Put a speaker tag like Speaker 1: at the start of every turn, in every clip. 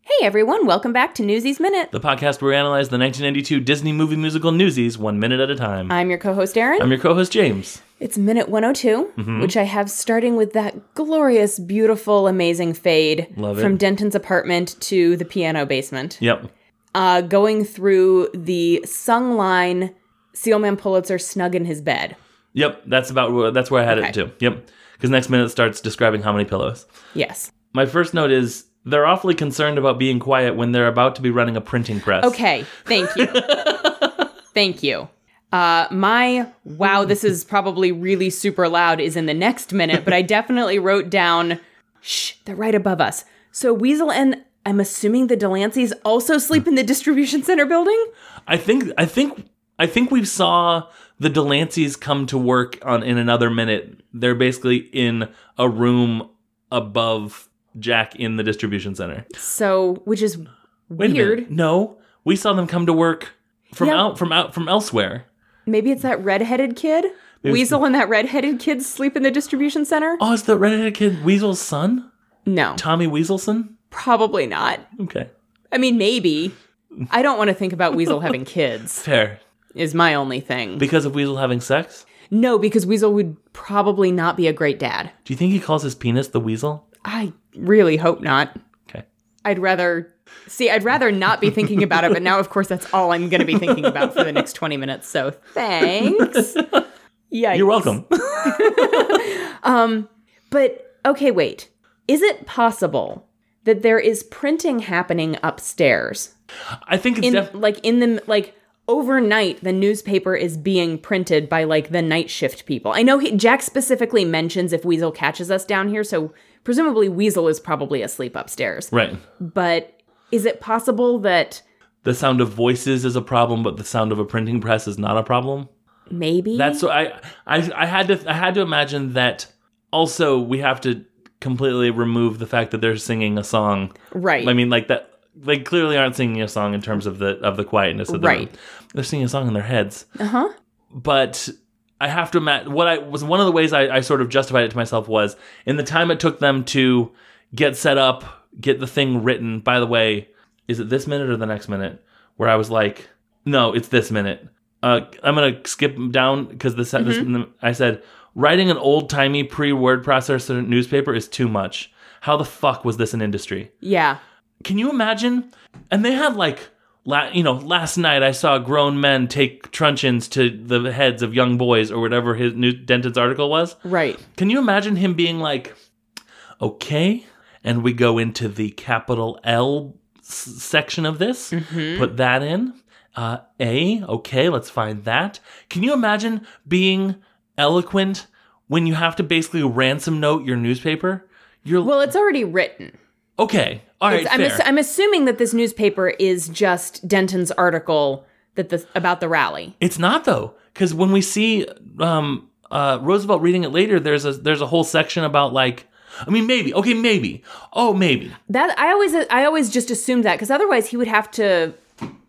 Speaker 1: Hey everyone, welcome back to Newsies Minute.
Speaker 2: The podcast where we analyze the 1992 Disney movie musical Newsies one minute at a time.
Speaker 1: I'm your co host, Aaron.
Speaker 2: I'm Mm-hmm. your co host, James.
Speaker 1: It's minute 102, which I have starting with that glorious, beautiful, amazing fade
Speaker 2: Love it.
Speaker 1: from Denton's apartment to the piano basement.
Speaker 2: Yep.
Speaker 1: Uh, going through the sung line, Sealman Pulitzer snug in his bed.
Speaker 2: Yep. That's about where, that's where I had
Speaker 1: Okay.
Speaker 2: it too. Yep. Because next minute starts describing how many pillows.
Speaker 1: Yes.
Speaker 2: My first note is they're awfully concerned about being quiet when they're about to be running a printing press.
Speaker 1: Okay, thank you. thank you. Uh, my wow, this is probably really super loud is in the next minute, but I definitely wrote down shh, they're right above us. So Weasel and I'm assuming the Delanceys also sleep in the distribution center building.
Speaker 2: I think I think I think we saw the Delanceys come to work on in another minute. They're basically in a room above Jack in the distribution center.
Speaker 1: So, which is
Speaker 2: Wait a
Speaker 1: weird.
Speaker 2: minute. No, we saw them come to work from
Speaker 1: Yeah.
Speaker 2: out from out from elsewhere.
Speaker 1: Maybe it's that redheaded kid.
Speaker 2: Maybe it's
Speaker 1: Weasel and that redheaded kid sleep in the distribution center.
Speaker 2: Oh, is the redheaded kid Weasel's son,
Speaker 1: No,
Speaker 2: Tommy Weaselson?
Speaker 1: probably not.
Speaker 2: Okay,
Speaker 1: I mean, maybe. I don't want to think about Weasel having kids.
Speaker 2: fair.
Speaker 1: Is my only thing.
Speaker 2: Because of Weasel having sex,
Speaker 1: No, because Weasel would probably not be a great dad.
Speaker 2: do you think he calls his penis the Weasel?
Speaker 1: I really hope not.
Speaker 2: Okay,
Speaker 1: I'd rather see, I'd rather not be thinking about it, but now, of course, that's all I'm going to be thinking about for the next 20 minutes. So thanks. Yeah.
Speaker 2: you're welcome.
Speaker 1: But okay, wait. Is it possible that there is printing happening upstairs?
Speaker 2: I think it's
Speaker 1: In,
Speaker 2: def-
Speaker 1: like, in the, like, overnight the newspaper is being printed by like the night shift people i know he, jack specifically mentions if weasel catches us down here so presumably weasel is probably asleep upstairs
Speaker 2: right.
Speaker 1: but is it possible that
Speaker 2: The sound of voices is a problem, but the sound of a printing press is not a problem.
Speaker 1: maybe
Speaker 2: That's so I, I I had to I had to imagine that. Also, we have to completely remove the fact that they're singing a song.
Speaker 1: right?
Speaker 2: I mean, like that. They clearly aren't singing a song in terms of the of the quietness of the
Speaker 1: Right.
Speaker 2: room. They're singing a song in their heads.
Speaker 1: uh huh.
Speaker 2: But I have to imagine what I was one of the ways I, I sort of justified it to myself was in the time it took them to get set up, get the thing written. By the way, is it this minute or the next minute? Where I was like, no, it's this minute. Uh, I'm gonna skip down because this, this I said writing an old timey pre word processor newspaper is too much. How the fuck was this an industry?
Speaker 1: Yeah.
Speaker 2: Can you imagine? And they had like, la- you know, last night I saw grown men take truncheons to the heads of young boys or whatever his new Denton's article was.
Speaker 1: Right.
Speaker 2: Can you imagine him being like, okay, and we go into the capital L s- section of this,
Speaker 1: Mm-hmm.
Speaker 2: put that in. Uh, A, okay, let's find that. Can you imagine being eloquent when you have to basically ransom note your newspaper? You're
Speaker 1: Well, it's already written.
Speaker 2: okay. All right,
Speaker 1: It's- I'm,
Speaker 2: fair.
Speaker 1: ass- I'm assuming that this newspaper is just Denton's article that the about the rally.
Speaker 2: It's not though, because when we see um, uh, Roosevelt reading it later, there's a there's a whole section about like, I mean, maybe okay, maybe oh maybe
Speaker 1: That I always I always just assumed that because otherwise he would have to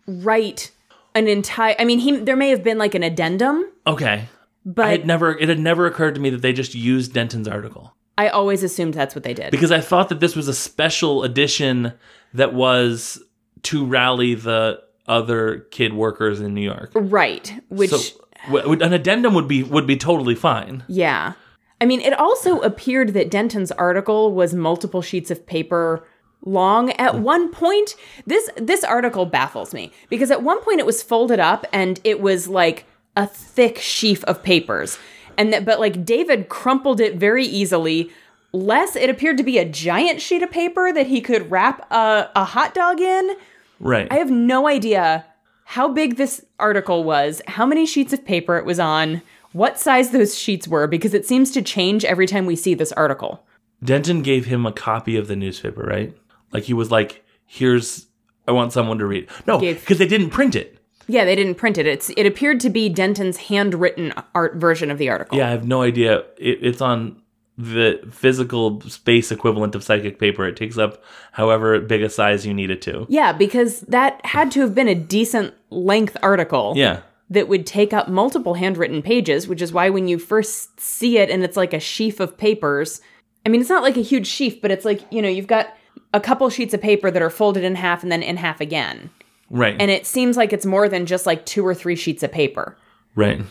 Speaker 1: write an entire. I mean, he there may have been like an addendum,
Speaker 2: okay. I
Speaker 1: but
Speaker 2: had never it had never occurred to me that they just used Denton's article
Speaker 1: I always assumed that's what they did.
Speaker 2: because I thought that this was a special edition that was to rally the other kid workers in New York.
Speaker 1: right. Which
Speaker 2: so w- would- an addendum would be would be totally fine.
Speaker 1: Yeah. I mean, it also appeared that Denton's article was multiple sheets of paper long at one point. This this article baffles me because at one point it was folded up and it was like a thick sheaf of papers. And that but like David crumpled it very easily. Less it appeared to be a giant sheet of paper that he could wrap a, a hot dog in.
Speaker 2: Right.
Speaker 1: I have no idea how big this article was, how many sheets of paper it was on, what size those sheets were, because it seems to change every time we see this article.
Speaker 2: Denton gave him a copy of the newspaper, right? Like he was like, "Here's, I want someone to read." No,
Speaker 1: Gave-
Speaker 2: because they didn't print it.
Speaker 1: Yeah, they didn't print it. It's it appeared to be Denton's handwritten art version of the article.
Speaker 2: Yeah, I have no idea. It, it's on the physical space equivalent of psychic paper. It takes up however big a size you need it to.
Speaker 1: Yeah, because that had to have been a decent length article
Speaker 2: Yeah,
Speaker 1: that would take up multiple handwritten pages, which is why when you first see it and it's like a sheaf of papers, I mean, it's not like a huge sheaf, but it's like, you know, you've got a couple sheets of paper that are folded in half and then in half again.
Speaker 2: Right.
Speaker 1: And it seems like it's more than just like two or three sheets of paper.
Speaker 2: right.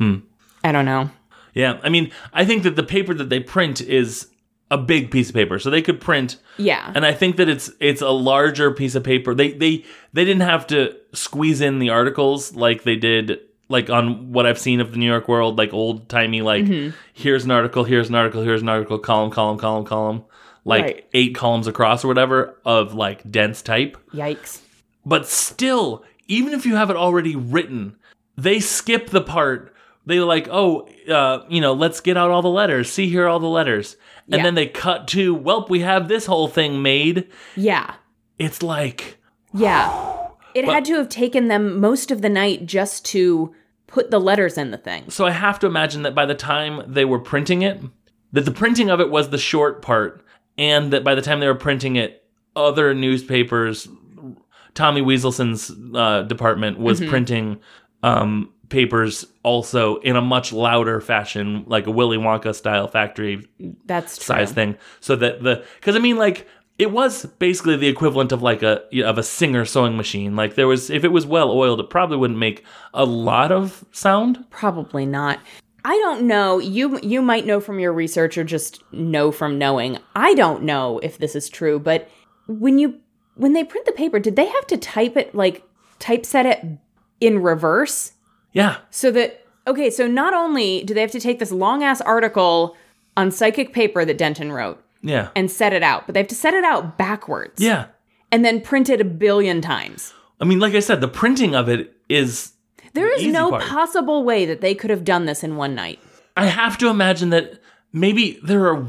Speaker 1: I don't know.
Speaker 2: Yeah. I mean, I think that the paper that they print is a big piece of paper. So they could print
Speaker 1: Yeah.
Speaker 2: and I think that it's it's a larger piece of paper. They they they didn't have to squeeze in the articles like they did like on what I've seen of the New York World, like old timey, like
Speaker 1: Mm-hmm.
Speaker 2: here's an article, here's an article, here's an article, column, column, column, column, like
Speaker 1: Right.
Speaker 2: eight columns across or whatever of like dense type.
Speaker 1: Yikes.
Speaker 2: But still, even if you have it already written, they skip the part. They like, oh, uh, you know, let's get out all the letters. See here, all the letters, and
Speaker 1: Yeah.
Speaker 2: then they cut to, welp, we have this whole thing made
Speaker 1: Yeah.
Speaker 2: it's like
Speaker 1: Yeah. It had to have taken them most of the night just to put the letters in the thing.
Speaker 2: so i have to imagine that by the time they were printing it that the printing of it was the short part and that by the time they were printing it other newspapers tommy weaselson's uh, department was printing um, papers also in a much louder fashion like a willy wonka style factory
Speaker 1: That's true.
Speaker 2: size thing so that the because i mean like it was basically the equivalent of like a of a singer sewing machine like there was if it was well oiled it probably wouldn't make a lot of sound
Speaker 1: Probably not. I don't know. You you might know from your research or just know from knowing. I don't know if this is true, but when you when they print the paper, did they have to type it like typeset it in reverse
Speaker 2: yeah
Speaker 1: so that okay, so not only do they have to take this long ass article on psychic paper that Denton wrote
Speaker 2: yeah
Speaker 1: and set it out, but they have to set it out backwards
Speaker 2: yeah
Speaker 1: and then print it a billion times.
Speaker 2: i mean like i said the printing of it is
Speaker 1: There is
Speaker 2: easy
Speaker 1: no
Speaker 2: part.
Speaker 1: possible way that they could have done this in one night.
Speaker 2: i have to imagine that maybe there are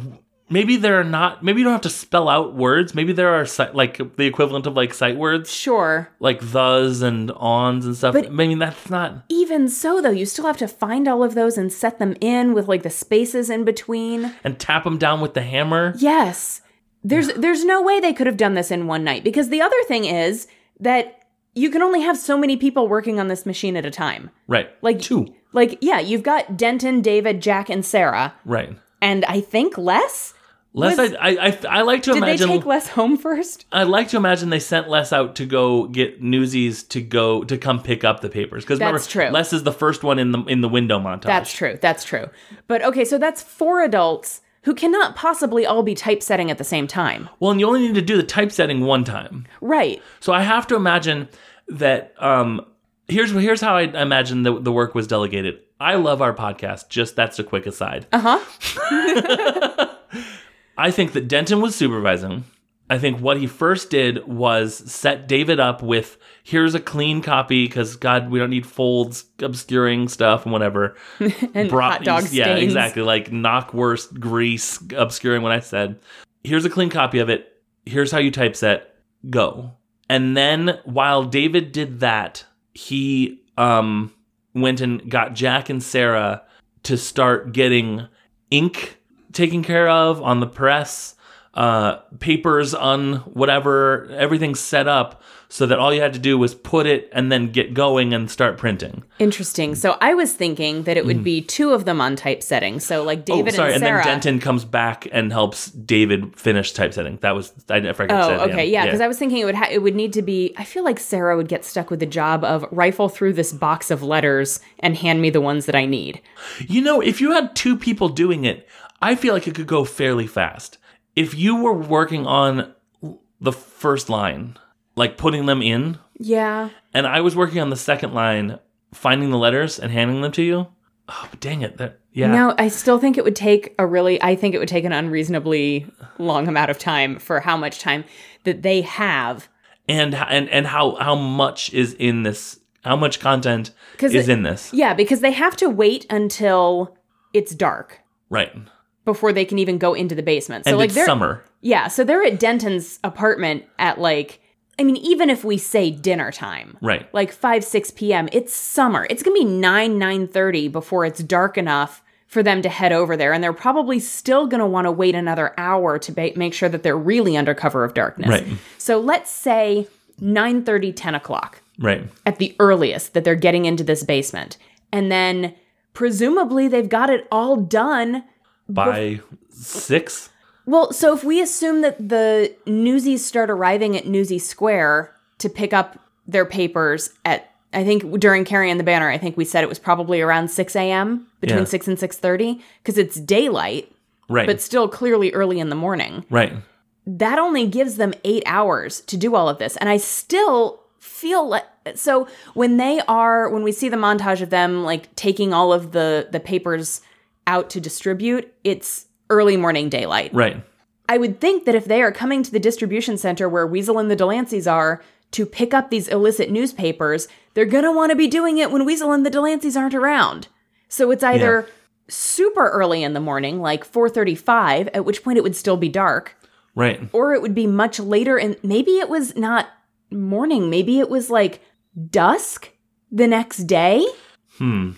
Speaker 2: maybe there are not maybe you don't have to spell out words maybe there are si- like the equivalent of like sight words
Speaker 1: Sure.
Speaker 2: like thes and ons and stuff
Speaker 1: But-
Speaker 2: i mean that's not
Speaker 1: Even so, though, you still have to find all of those and set them in with like the spaces in between.
Speaker 2: and tap them down with the hammer
Speaker 1: Yes. There's there's no way they could have done this in one night because the other thing is that you can only have so many people working on this machine at a time.
Speaker 2: right
Speaker 1: Like
Speaker 2: two
Speaker 1: Like yeah, you've got Denton, David, Jack, and Sarah,
Speaker 2: right
Speaker 1: and I think Les.
Speaker 2: Les,
Speaker 1: Was-
Speaker 2: I, I, I, I like to
Speaker 1: Did
Speaker 2: imagine.
Speaker 1: they take Les home first?
Speaker 2: I like to imagine they sent Les out to go get Newsies to go to come pick up the papers because remember,
Speaker 1: That's true.
Speaker 2: Les is the first one in the in the window montage.
Speaker 1: That's true. That's true. But okay, so that's four adults who cannot possibly all be typesetting at the same time.
Speaker 2: well, and you only need to do the typesetting one time.
Speaker 1: Right.
Speaker 2: So I have to imagine that. Um, here's here's how I imagine the the work was delegated. I love our podcast. Just that's a quick aside.
Speaker 1: Uh-huh.
Speaker 2: I think that Denton was supervising. I think what he first did was set David up with here's a clean copy because God, we don't need folds obscuring stuff and whatever.
Speaker 1: And
Speaker 2: Brought-
Speaker 1: hot dog stains.
Speaker 2: Yeah, exactly. Like knock worst grease obscuring what I said. Here's a clean copy of it. Here's how you typeset. Go. And then while David did that, he um went and got Jack and Sarah to start getting ink taken care of on the press, uh, papers on whatever, everything's set up so that all you had to do was put it and then get going and start printing.
Speaker 1: Interesting. So I was thinking that it would be two of them on typesetting. So like David
Speaker 2: Mm. oh, sorry,
Speaker 1: and Sarah.
Speaker 2: then Denton comes back and helps David finish typesetting. That was I never forgot to
Speaker 1: Oh,
Speaker 2: say that,
Speaker 1: okay, yeah. Because I was thinking it would ha- it would need to be. I feel like Sarah would get stuck with the job of rifle through this box of letters and hand me the ones that I need.
Speaker 2: You know, if you had two people doing it, I feel like it could go fairly fast. If you were working on the first line, like putting them in,
Speaker 1: Yeah,
Speaker 2: and I was working on the second line, finding the letters and handing them to you. Oh, dang it! That yeah,
Speaker 1: No, I still think it would take a really, I think it would take an unreasonably long amount of time for how much time that they have.
Speaker 2: and and and how how much is in this? How much content
Speaker 1: 'Cause
Speaker 2: is
Speaker 1: it-
Speaker 2: in this?
Speaker 1: Yeah, because they have to wait until it's dark
Speaker 2: Right, and
Speaker 1: before they can even go into the basement. So, like,
Speaker 2: it's
Speaker 1: they're,
Speaker 2: summer.
Speaker 1: yeah, so they're at Denton's apartment at like, I mean, even if we say dinner time,
Speaker 2: Right,
Speaker 1: like 5, 6 p.m., it's summer. It's going to be 9, 9.30 before it's dark enough for them to head over there. And they're probably still going to want to wait another hour to ba- make sure that they're really under cover of darkness.
Speaker 2: Right.
Speaker 1: So let's say 9.30, 10 o'clock
Speaker 2: right.
Speaker 1: at the earliest that they're getting into this basement. And then presumably they've got it all done
Speaker 2: By six,
Speaker 1: Well, so if we assume that the newsies start arriving at Newsy Square to pick up their papers at, I think during carrying the banner, I think we said it was probably around six a.m. between
Speaker 2: Yeah.
Speaker 1: six and six thirty because it's daylight,
Speaker 2: Right.
Speaker 1: but still clearly early in the morning.
Speaker 2: right.
Speaker 1: That only gives them eight hours to do all of this, and I still feel like so when they are when we see the montage of them like taking all of the the papers out to distribute, it's early morning daylight.
Speaker 2: Right.
Speaker 1: I would think that if they are coming to the distribution center where Weasel and the Delanceys are to pick up these illicit newspapers, they're going to want to be doing it when Weasel and the Delanceys aren't around. So it's either super early in the morning, like 4:35, at which point it would still be dark,
Speaker 2: Right.
Speaker 1: or it would be much later and maybe it was not morning, maybe it was like dusk the next day
Speaker 2: Hmm.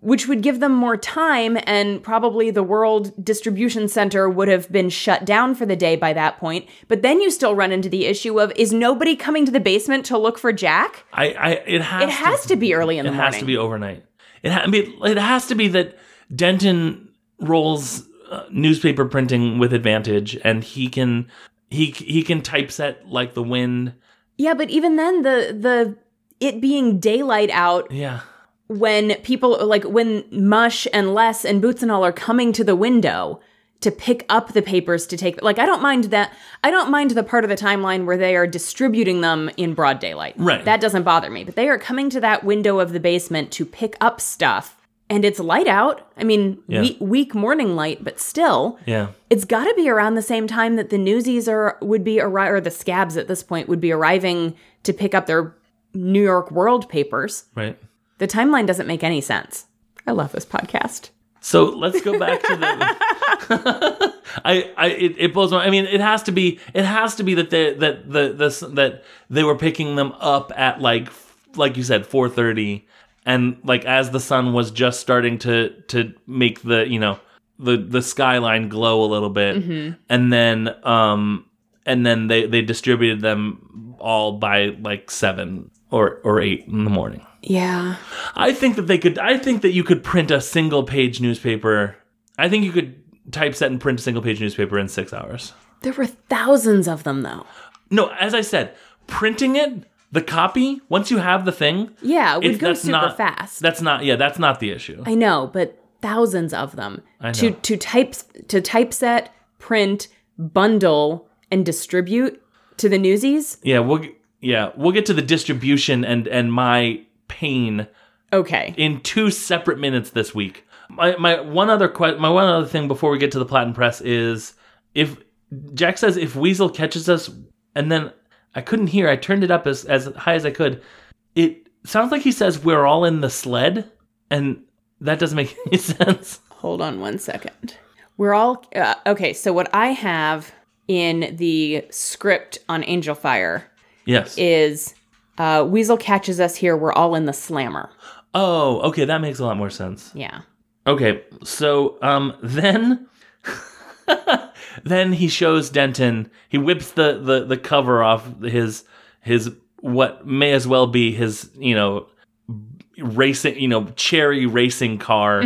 Speaker 1: which would give them more time and probably the world distribution center would have been shut down for the day by that point but then you still run into the issue of is nobody coming to the basement to look for jack
Speaker 2: I, I it has
Speaker 1: it has to be early in
Speaker 2: it
Speaker 1: the
Speaker 2: has
Speaker 1: morning
Speaker 2: to be overnight. It ha- I mean, it has to be that Denton rolls uh, newspaper printing with advantage, and he can he he can typeset like the wind.
Speaker 1: yeah but even then the the it being daylight out
Speaker 2: Yeah,
Speaker 1: when people like when mush and les and boots and all are coming to the window to pick up the papers to take like i don't mind that i don't mind the part of the timeline where they are distributing them in broad daylight
Speaker 2: Right.
Speaker 1: that doesn't bother me but they are coming to that window of the basement to pick up stuff and it's light out i mean
Speaker 2: Yeah.
Speaker 1: we- weak morning light but still
Speaker 2: yeah,
Speaker 1: it's got to be around the same time that the newsies are would be arri- or the scabs at this point would be arriving to pick up their new york world papers
Speaker 2: right.
Speaker 1: the timeline doesn't make any sense. I love this podcast.
Speaker 2: So let's go back to the. I, I it, it blows my. I mean, it has to be. It has to be that they that the this that they were picking them up at like like you said four thirty, and like as the sun was just starting to to make the you know the the skyline glow a little bit, and then um and then they they distributed them all by like seven or or eight in the morning.
Speaker 1: Yeah.
Speaker 2: I think that they could. I think that you could print a single page newspaper. I think you could typeset and print a single page newspaper in six hours.
Speaker 1: There were thousands of them though.
Speaker 2: No, as I said, printing it, the copy. Once you have the thing,
Speaker 1: Yeah, it would
Speaker 2: It's-
Speaker 1: go
Speaker 2: that's
Speaker 1: super
Speaker 2: not-
Speaker 1: fast.
Speaker 2: that's not. Yeah, that's not the issue.
Speaker 1: I know, but thousands of them
Speaker 2: I
Speaker 1: to
Speaker 2: know.
Speaker 1: to type to typeset, print, bundle and distribute to the newsies.
Speaker 2: Yeah, we'll. g- Yeah, we'll get to the distribution and and my pain
Speaker 1: Okay.
Speaker 2: in two separate minutes this week. My my one other que- my one other thing before we get to the Platin Press is if Jack says if Weasel catches us and then I couldn't hear, I turned it up as as high as I could. It sounds like he says we're all in the sled, and that doesn't make any sense.
Speaker 1: Hold on one second. We're all uh, okay, so what I have in the script on Angel Fire
Speaker 2: Yes.
Speaker 1: is uh, Weasel catches us here. We're all in the slammer.
Speaker 2: oh, okay, that makes a lot more sense.
Speaker 1: Yeah.
Speaker 2: Okay, so um, then, then he shows Denton. He whips the, the the cover off his his what may as well be his you know racing you know cherry racing car,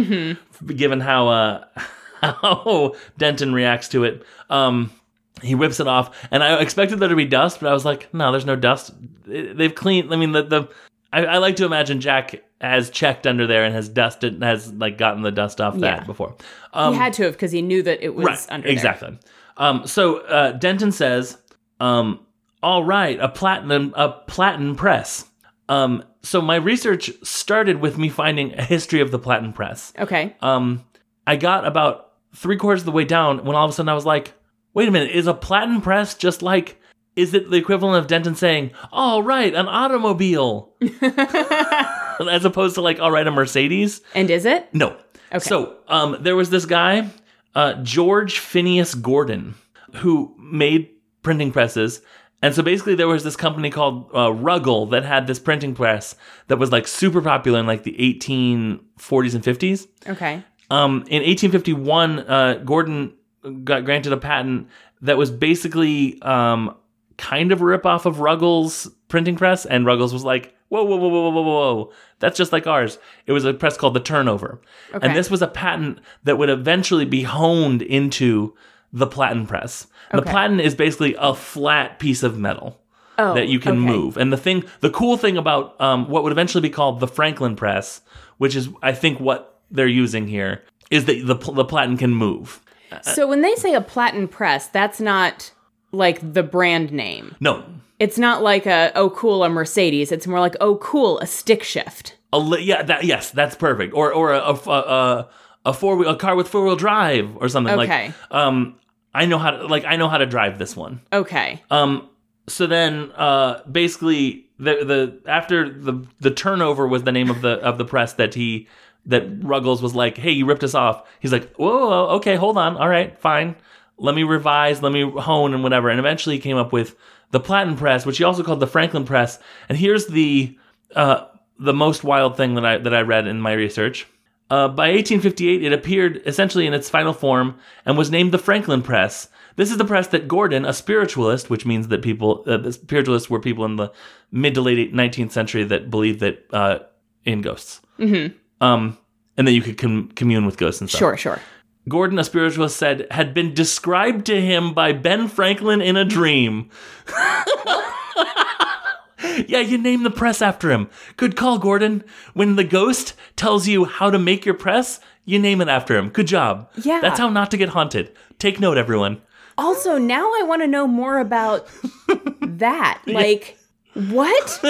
Speaker 2: given how uh how Denton reacts to it. Um, he whips it off, and I expected there to be dust, but I was like, no, there's no dust. They've cleaned. I mean, the the I, I like to imagine Jack has checked under there and has dusted, has like gotten the dust off
Speaker 1: Yeah.
Speaker 2: that before. Um,
Speaker 1: he had to have because he knew that it was under there.
Speaker 2: exactly. Um, so uh, Denton says, um, "All right, a platinum, a platin press." Um, so my research started with me finding a history of the platin press.
Speaker 1: Okay.
Speaker 2: Um, I got about three quarters of the way down when all of a sudden I was like, "Wait a minute, is a platin press just like?" Is it the equivalent of Denton saying, "All right, an automobile," as opposed to like, "All right, a Mercedes"?
Speaker 1: And is it?
Speaker 2: No.
Speaker 1: Okay.
Speaker 2: So um, there was this guy, uh, George Phineas Gordon, who made printing presses. And so basically, there was this company called uh, Ruggle that had this printing press that was like super popular in like the 1840s and 50s.
Speaker 1: Okay.
Speaker 2: Um, in 1851, uh, Gordon got granted a patent that was basically um, kind of a ripoff of Ruggles' printing press, and Ruggles was like, "Whoa, whoa, whoa, whoa, whoa, whoa, whoa! That's just like ours." It was a press called the Turnover,
Speaker 1: Okay.
Speaker 2: and this was a patent that would eventually be honed into the platen press. The
Speaker 1: Okay.
Speaker 2: platen is basically a flat piece of metal
Speaker 1: Oh,
Speaker 2: that you can
Speaker 1: okay.
Speaker 2: move. And the thing, the cool thing about um, what would eventually be called the Franklin press, which is I think what they're using here, is that the the platen can move.
Speaker 1: So when they say a platen press, that's not like the brand name.
Speaker 2: No,
Speaker 1: It's not like a oh cool a Mercedes. It's more like oh cool a stick shift.
Speaker 2: a li- yeah, that yes, that's perfect. Or or a a, a, a four wheel a car with four wheel drive or something
Speaker 1: Okay.
Speaker 2: like. Um, I know how to like I know how to drive this one.
Speaker 1: Okay.
Speaker 2: Um, so then, uh, basically, the the after the the turnover was the name of the of the press that he that Ruggles was like, "Hey, you ripped us off." He's like, "Whoa, okay, hold on, all right, fine. Let me revise, let me hone, and whatever." And eventually, he came up with the Platin Press, which he also called the Franklin Press. And here's the uh, the most wild thing that I that I read in my research. Uh, by 1858, it appeared essentially in its final form and was named the Franklin Press. This is the press that Gordon, a spiritualist, which means that people, uh, the spiritualists were people in the mid to late 19th century that believed that uh, in ghosts,
Speaker 1: Mm-hmm.
Speaker 2: um, and that you could com- commune with ghosts and stuff.
Speaker 1: Sure. Sure.
Speaker 2: Gordon, a spiritualist, said had been described to him by Ben Franklin in a dream. yeah, you name the press after him. Good call, Gordon. When the ghost tells you how to make your press, you name it after him. Good job.
Speaker 1: Yeah.
Speaker 2: That's how not to get haunted. Take note, everyone.
Speaker 1: Also, now I want to know more about that. Like, what?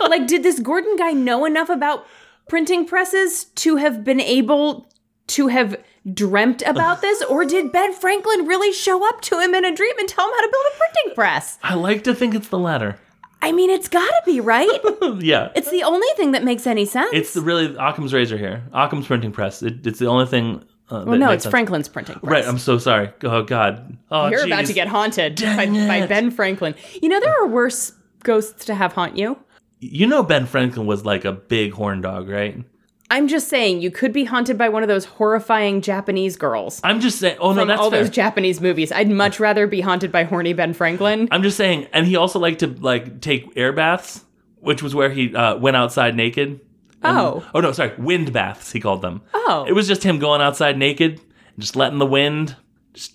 Speaker 1: like, did this Gordon guy know enough about printing presses to have been able to have dreamt about this? Or did Ben Franklin really show up to him in a dream and tell him how to build a printing press?
Speaker 2: I like to think it's the latter.
Speaker 1: I mean, it's gotta be, right?
Speaker 2: yeah.
Speaker 1: It's the only thing that makes any sense.
Speaker 2: It's really Occam's razor here. Occam's printing press. It, it's the only thing. Uh, that
Speaker 1: well, Oh, no,
Speaker 2: makes
Speaker 1: it's
Speaker 2: sense.
Speaker 1: Franklin's printing press.
Speaker 2: Right. I'm so sorry. Oh God. Oh,
Speaker 1: You're about
Speaker 2: jeez.
Speaker 1: to get haunted by,
Speaker 2: Dang
Speaker 1: by
Speaker 2: it.
Speaker 1: Ben Franklin. You know, there are worse ghosts to have haunt you.
Speaker 2: You know Ben Franklin was like a big horn dog, right?
Speaker 1: I'm just saying, you could be haunted by one of those horrifying Japanese girls
Speaker 2: I'm just saying. Oh no,
Speaker 1: from
Speaker 2: that's
Speaker 1: all
Speaker 2: fair.
Speaker 1: those Japanese movies. I'd much rather be haunted by horny Ben Franklin.
Speaker 2: I'm just saying. And he also liked to like take air baths, which was where he uh, went outside naked. And-
Speaker 1: Oh.
Speaker 2: Oh no, sorry. Wind baths. He called them.
Speaker 1: Oh.
Speaker 2: It was just him going outside naked, and just letting the wind just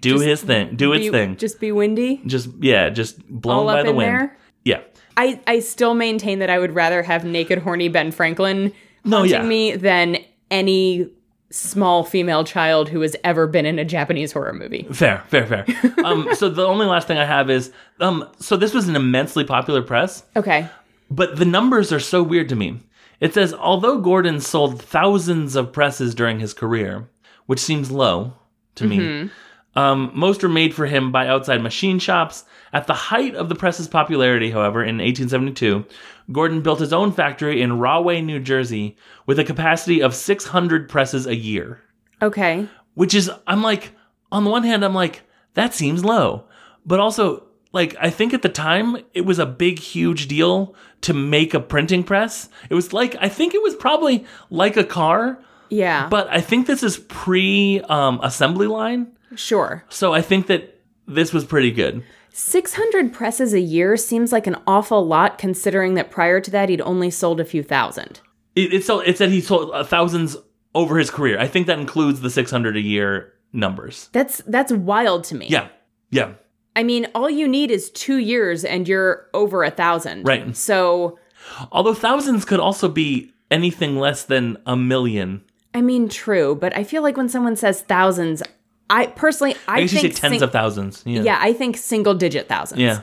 Speaker 2: do his thing, do its
Speaker 1: Be-
Speaker 2: thing. Just,
Speaker 1: Just be windy.
Speaker 2: yeah, just blown
Speaker 1: All
Speaker 2: by
Speaker 1: up
Speaker 2: the
Speaker 1: in
Speaker 2: wind.
Speaker 1: there.
Speaker 2: Yeah.
Speaker 1: I, I still maintain that I would rather have naked horny Ben Franklin
Speaker 2: No,
Speaker 1: haunting
Speaker 2: yeah.
Speaker 1: me than any small female child who has ever been in a Japanese horror movie.
Speaker 2: Fair, fair, fair. um, so the only last thing I have is um, so this was an immensely popular press.
Speaker 1: Okay.
Speaker 2: But the numbers are so weird to me. It says although Gordon sold thousands of presses during his career, which seems low to me, um, most were made for him by outside machine shops. At the height of the press's popularity, however, in 1872, Gordon built his own factory in Rahway, New Jersey, with a capacity of 600 presses a year
Speaker 1: Okay.
Speaker 2: which is I'm like on the one hand I'm like that seems low, but also like I think at the time it was a big huge deal to make a printing press. It was like I think it was probably like a car,
Speaker 1: Yeah.
Speaker 2: but I think this is pre um, assembly line,
Speaker 1: sure.
Speaker 2: so I think that this was pretty good.
Speaker 1: 600 presses a year seems like an awful lot considering that prior to that he'd only sold a few thousand.
Speaker 2: It, it sold, it said he sold uh, thousands over his career. I think that includes the 600 a year numbers.
Speaker 1: That's that's wild to me.
Speaker 2: Yeah, yeah.
Speaker 1: I mean, all you need is 2 years and you're over a thousand.
Speaker 2: Right.
Speaker 1: So,
Speaker 2: Although thousands could also be anything less than a million.
Speaker 1: I mean, true, but I feel like when someone says thousands, I personally I,
Speaker 2: I guess you
Speaker 1: think
Speaker 2: say tens
Speaker 1: sing-
Speaker 2: of thousands. Yeah.
Speaker 1: Yeah, I think single digit thousands.
Speaker 2: Yeah.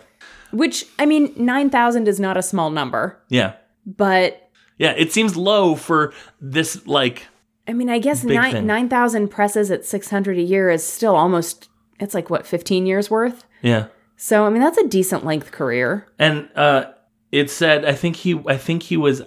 Speaker 1: Which I mean, 9,000 is not a small number,
Speaker 2: Yeah.
Speaker 1: but
Speaker 2: Yeah. It seems low for this, like,
Speaker 1: I mean, I guess nine
Speaker 2: thing.
Speaker 1: nine thousand presses at six hundred a year is still almost. It's like what fifteen years worth.
Speaker 2: yeah.
Speaker 1: So I mean, that's a decent length career.
Speaker 2: And uh, it said, I think he, I think he was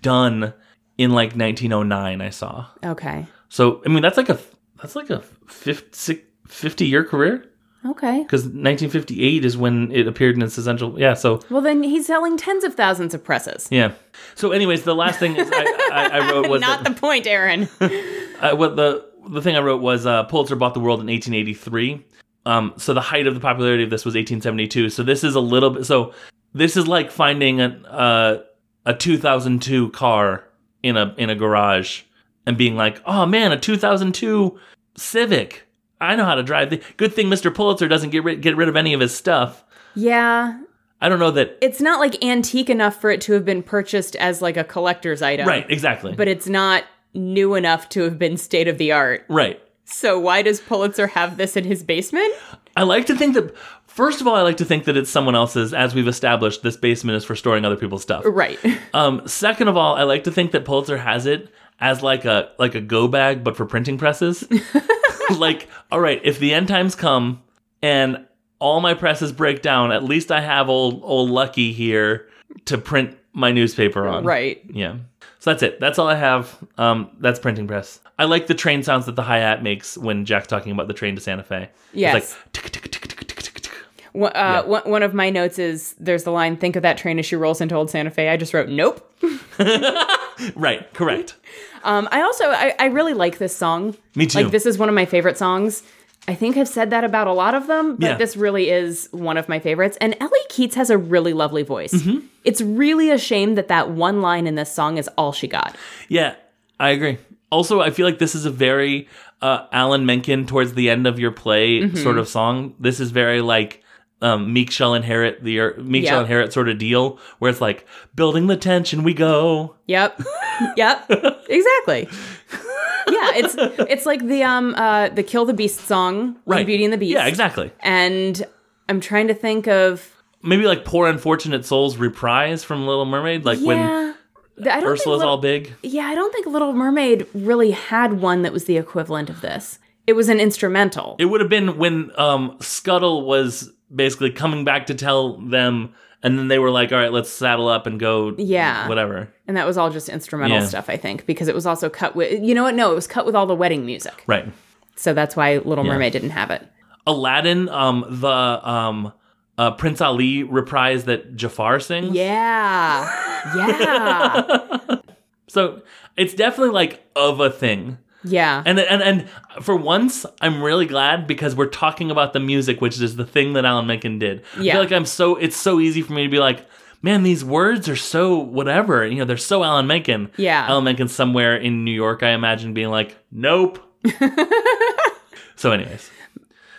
Speaker 2: done in like 1909, I saw.
Speaker 1: Okay,
Speaker 2: So, I mean, that's like a, that's like a 50, 50 year career
Speaker 1: okay.
Speaker 2: because 1958 is when it appeared in its essential. Yeah. So,
Speaker 1: Well, then he's selling tens of thousands of presses.
Speaker 2: yeah. So, anyways, the last thing is I, I, I wrote was
Speaker 1: Not
Speaker 2: that-
Speaker 1: the point, Aaron.
Speaker 2: uh, what the the thing I wrote was uh, Pulitzer bought the world in 1883. Um, so the height of the popularity of this was 1872. So this is a little bit. So this is like finding an uh, a 2002 car in a in a garage and being like, oh man, a 2002 Civic. I know how to drive. The- Good thing Mr. Pulitzer doesn't get rid- get rid of any of his stuff.
Speaker 1: Yeah.
Speaker 2: I don't know that.
Speaker 1: It's not like antique enough for it to have been purchased as like a collector's item.
Speaker 2: Right, exactly.
Speaker 1: But it's not new enough to have been state of the art.
Speaker 2: right.
Speaker 1: So why does Pulitzer have this in his basement?
Speaker 2: I like to think that. First of all, I like to think that it's someone else's. As we've established, this basement is for storing other people's stuff.
Speaker 1: Right.
Speaker 2: Um, second of all, I like to think that Pulitzer has it as like a like a go bag, but for printing presses. like, all right, if the end times come and all my presses break down, at least I have old old Lucky here to print my newspaper on.
Speaker 1: Right.
Speaker 2: Yeah. So that's it. That's all I have. Um, that's printing press. I like the train sounds that the hi hat makes when Jack's talking about the train to Santa Fe. It's
Speaker 1: Yes.
Speaker 2: like tick tick tick tick tick tick tick.
Speaker 1: One- uh, one- One of my notes is there's the line, think of that train as she rolls into old Santa Fe. I just wrote, nope.
Speaker 2: Right. Correct.
Speaker 1: Um, I also, I, I really like this song.
Speaker 2: Me too.
Speaker 1: Like, this is one of my favorite songs. I think I've said that about a lot of them, but
Speaker 2: Yeah.
Speaker 1: this really is one of my favorites. And Ellie Keats has a really lovely voice.
Speaker 2: Mm-hmm.
Speaker 1: It's really a shame that that one line in this song is all she got.
Speaker 2: Yeah, I agree. Also, I feel like this is a very uh, Alan Menken towards the end of your play
Speaker 1: Mm-hmm.
Speaker 2: sort of song. This is very like um, Meek shall inherit the ear- Meek shall
Speaker 1: Yeah.
Speaker 2: inherit sort of deal, where it's like building the tension we go.
Speaker 1: Yep. yep. Exactly. yeah, it's it's like the um uh the Kill the Beast song, in Beauty and the Beast.
Speaker 2: Yeah, exactly.
Speaker 1: And I'm trying to think of
Speaker 2: Maybe like poor unfortunate souls reprise from Little Mermaid, like when
Speaker 1: yeah. The- I don't think
Speaker 2: Ursula's
Speaker 1: Little-
Speaker 2: all big.
Speaker 1: Yeah, I don't think Little Mermaid really had one that was the equivalent of this. It was an instrumental.
Speaker 2: It would have been when um, Scuttle was basically coming back to tell them, and then they were like, "All right, let's saddle up and go."
Speaker 1: Yeah.
Speaker 2: whatever.
Speaker 1: and that was all just instrumental
Speaker 2: Yeah.
Speaker 1: stuff, I think, because it was also cut with you know what? No, it was cut with all the wedding music.
Speaker 2: Right.
Speaker 1: So that's why Little Mermaid didn't have it.
Speaker 2: Aladdin, um, the um, uh, Prince Ali reprise that Jafar sings.
Speaker 1: Yeah. Yeah.
Speaker 2: So it's definitely like of a thing.
Speaker 1: yeah.
Speaker 2: And and and for once, I'm really glad because we're talking about the music, which is the thing that Alan Menken did. I
Speaker 1: Yeah.
Speaker 2: feel like I'm so it's so easy for me to be like, man, these words are so whatever. You know, they're so Alan Menken.
Speaker 1: Yeah.
Speaker 2: Alan Menken somewhere in New York, I imagine, being like, nope. so, anyways,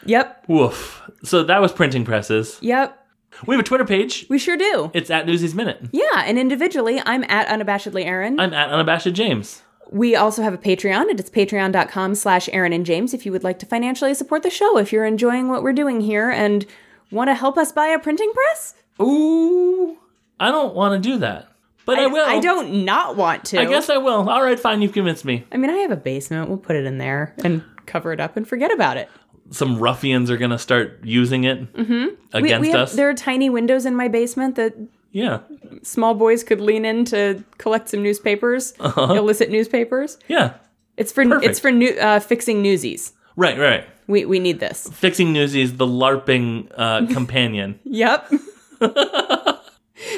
Speaker 1: Yep.
Speaker 2: woof. So that was printing presses.
Speaker 1: Yep.
Speaker 2: We have a Twitter page.
Speaker 1: We sure do.
Speaker 2: It's at Newsies Minute.
Speaker 1: Yeah, and individually, I'm at unabashedly Aaron.
Speaker 2: I'm at unabashed James.
Speaker 1: we also have a Patreon, and it's patreon.com slash Aaron and James if you would like to financially support the show, if you're enjoying what we're doing here and want to help us buy a printing press.
Speaker 2: Ooh, I don't want to do that, but I, will.
Speaker 1: I don't not want to.
Speaker 2: I guess I will. All right, fine. You've convinced me.
Speaker 1: I mean, I have a basement. We'll put it in there and cover it up and forget about it.
Speaker 2: Some ruffians are gonna start using it
Speaker 1: Mm-hmm. We,
Speaker 2: against
Speaker 1: we have,
Speaker 2: us.
Speaker 1: there are tiny windows in my basement that
Speaker 2: Yeah,
Speaker 1: small boys could lean in to collect some newspapers, illicit newspapers.
Speaker 2: yeah.
Speaker 1: It's for
Speaker 2: Uh-huh. Perfect.
Speaker 1: it's for new, uh, fixing newsies.
Speaker 2: Right, right. right.
Speaker 1: We we need this.
Speaker 2: Fixing Newsies, the LARPing uh, companion.
Speaker 1: Yep.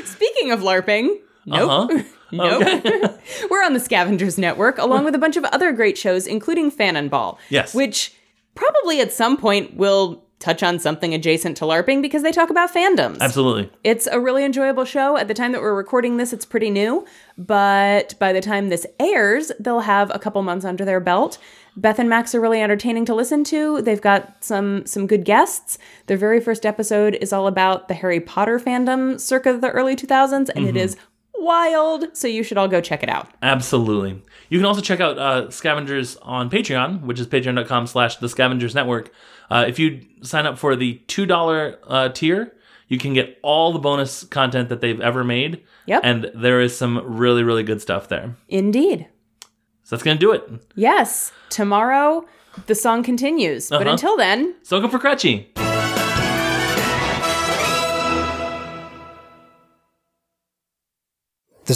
Speaker 1: Speaking of LARPing, nope.
Speaker 2: Uh-huh.
Speaker 1: Nope. We're on the Scavengers Network, along with a bunch of other great shows, including Fan and Ball.
Speaker 2: Yes.
Speaker 1: Which probably at some point will touch on something adjacent to LARPing because they talk about fandoms.
Speaker 2: Absolutely.
Speaker 1: It's a really enjoyable show. At the time that we're recording this, it's pretty new, but by the time this airs, they'll have a couple months under their belt. Beth and Max are really entertaining to listen to. They've got some some good guests. Their very first episode is all about the Harry Potter fandom circa the early 2000s and it is wild, so you should all go check it out.
Speaker 2: Absolutely. You can also check out uh, Scavengers on Patreon, which is patreon.com slash the Scavengers Network. Uh, if you sign up for the $2 uh, tier, you can get all the bonus content that they've ever made.
Speaker 1: Yep.
Speaker 2: And there is some really, really good stuff there.
Speaker 1: Indeed.
Speaker 2: So that's going to do it.
Speaker 1: Yes, tomorrow the song continues. But
Speaker 2: Uh-huh.
Speaker 1: until then,
Speaker 2: So go for Crutchy.
Speaker 3: The